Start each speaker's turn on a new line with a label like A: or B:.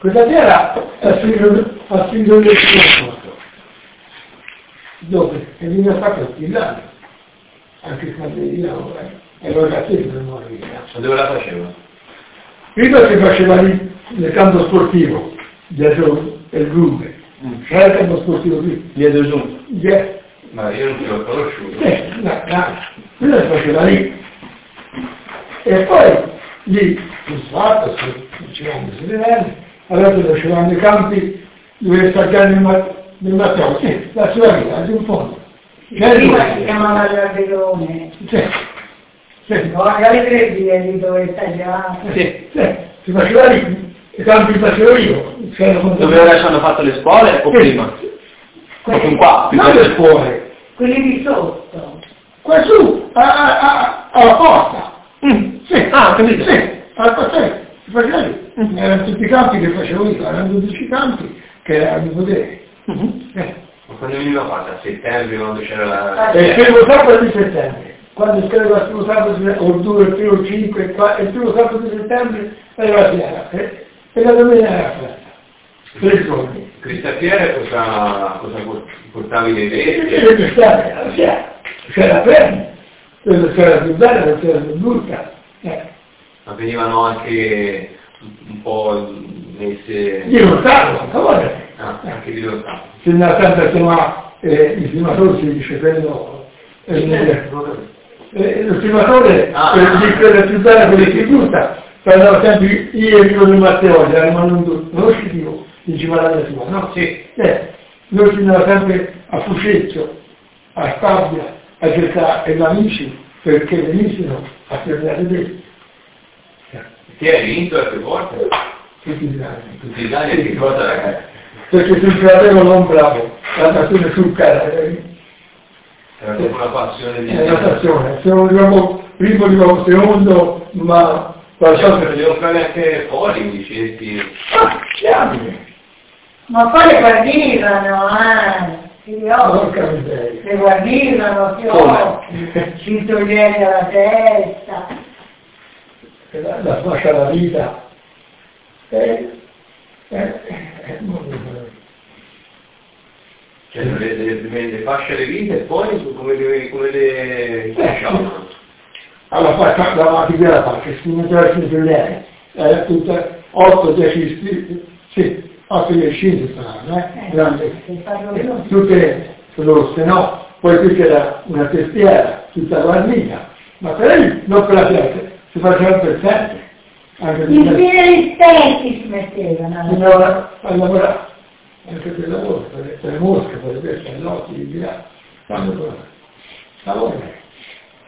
A: Quella terra è figlio, a figlio del porto, dove è venuta fatta il lago, anche quando di lago, e lo ragazzino non moriva.
B: Ma dove la faceva?
A: Prima si faceva lì nel campo sportivo, dietro il grube,
B: Mm.
A: c'era il campo sportivo lì,
B: Dietro giù.
A: dietro.
B: Ma io non ti l'ho conosciuto.
A: Eh, no, no, quello si faceva lì. E poi lì, in fatto, se facevamo i seminari, allora facevamo i campi dove staccare nel, ma- nel matteo, sì, la sua vita, anche un fondo. C'è il
C: Prima si
A: luogo.
C: chiamava l'alberone,
A: Sì, sì,
C: no, alle Trebbie lì dove stai già.
B: Sì.
A: sì, si faceva lì, i campi li facevo io, Eh, c'era molto
B: Dove adesso hanno fatto le scuole o
A: Sì.
B: prima?
C: Quelli-
B: Proprio qua.
A: Non le scuole,
C: Quelli di sotto.
A: qua su, a- a- a- alla porta. Sì,
B: Ah, ho capito. Mm.
A: Sì, al quartiere, si faceva lì. Erano tutti i campi che facevo io, erano 12 campi che erano potere.
B: Mhm.
A: Eh.
B: Ma quando veniva fatta? A settembre quando c'era la...
A: E il primo sabato di settembre, quando scrivevo il primo sabato di settembre, o il 2, il 3, il 5, il 4, il primo sabato di settembre era la fiera. eh. E la domenica era la festa. Tre giorni.
B: Cristaffiere cosa, cosa por- portavi dei
A: E
B: vesti?
A: c'era l'estate, la fiera. C'era la prima, quella c'era più bella, quella c'era più brutta. Eh.
B: Ma venivano anche un po' messe...
A: Io non stavo, ancora.
B: Ah, anche di lontano.
A: se nella santa chiama eh, il filmatore si dice quello eh, eh, il eh, filmatore
B: Ah.
A: quello di quella più bella quello che gusta parlavo sempre io e Nicola di Matteo eravamo non due conosci tipo diceva la mia sua no?
B: Sì.
A: Eh, noi si andava sempre a Fuscetto a Stabia a cercare gli amici perché venissero a cercare te
B: Ti hai vinto altre volte?
A: tutti gli anni
B: Tutti gli anni che cosa ragazzi?
A: perché se il fratello non bravo la nazione sul cara eh,
B: Era proprio una passione di...
A: è la stazione, sono diciamo primo, diciamo secondo, ma qualcosa
B: Devo devo fare anche fuori, mi cerchi...
A: Ah, chiamami!
C: Ma poi le guardivano, eh, si
A: Ah, Porca
C: occhi,
A: miseria!
C: le guardivano, si
B: Come?
C: occhi, ci togliendo la testa.
A: E La, la faccia alla vita. Eh, eh, eh, non mi pare.
B: Cioè, le, le, le, le fasce alle vite e poi come le... come le... diciamo. lasciavano.
A: Alla faccia, la matita della faccia, si metteva a lei, era Eh, tutta 8-10 iscritti, sì, 8-10 iscritti saranno, eh, grande.
C: si fa dolore.
A: tutte rosse, no? Poi qui c'era una testiera, tutta guarnita, ma per lì non per la gente, si faceva per sempre, anche
C: I
A: per
C: piedi stessi si mettevano.
A: andava a lavorare, anche per lavoro, per, per le mosche, per le pesce, per l'occhio, di là, quando lavora. Lavora.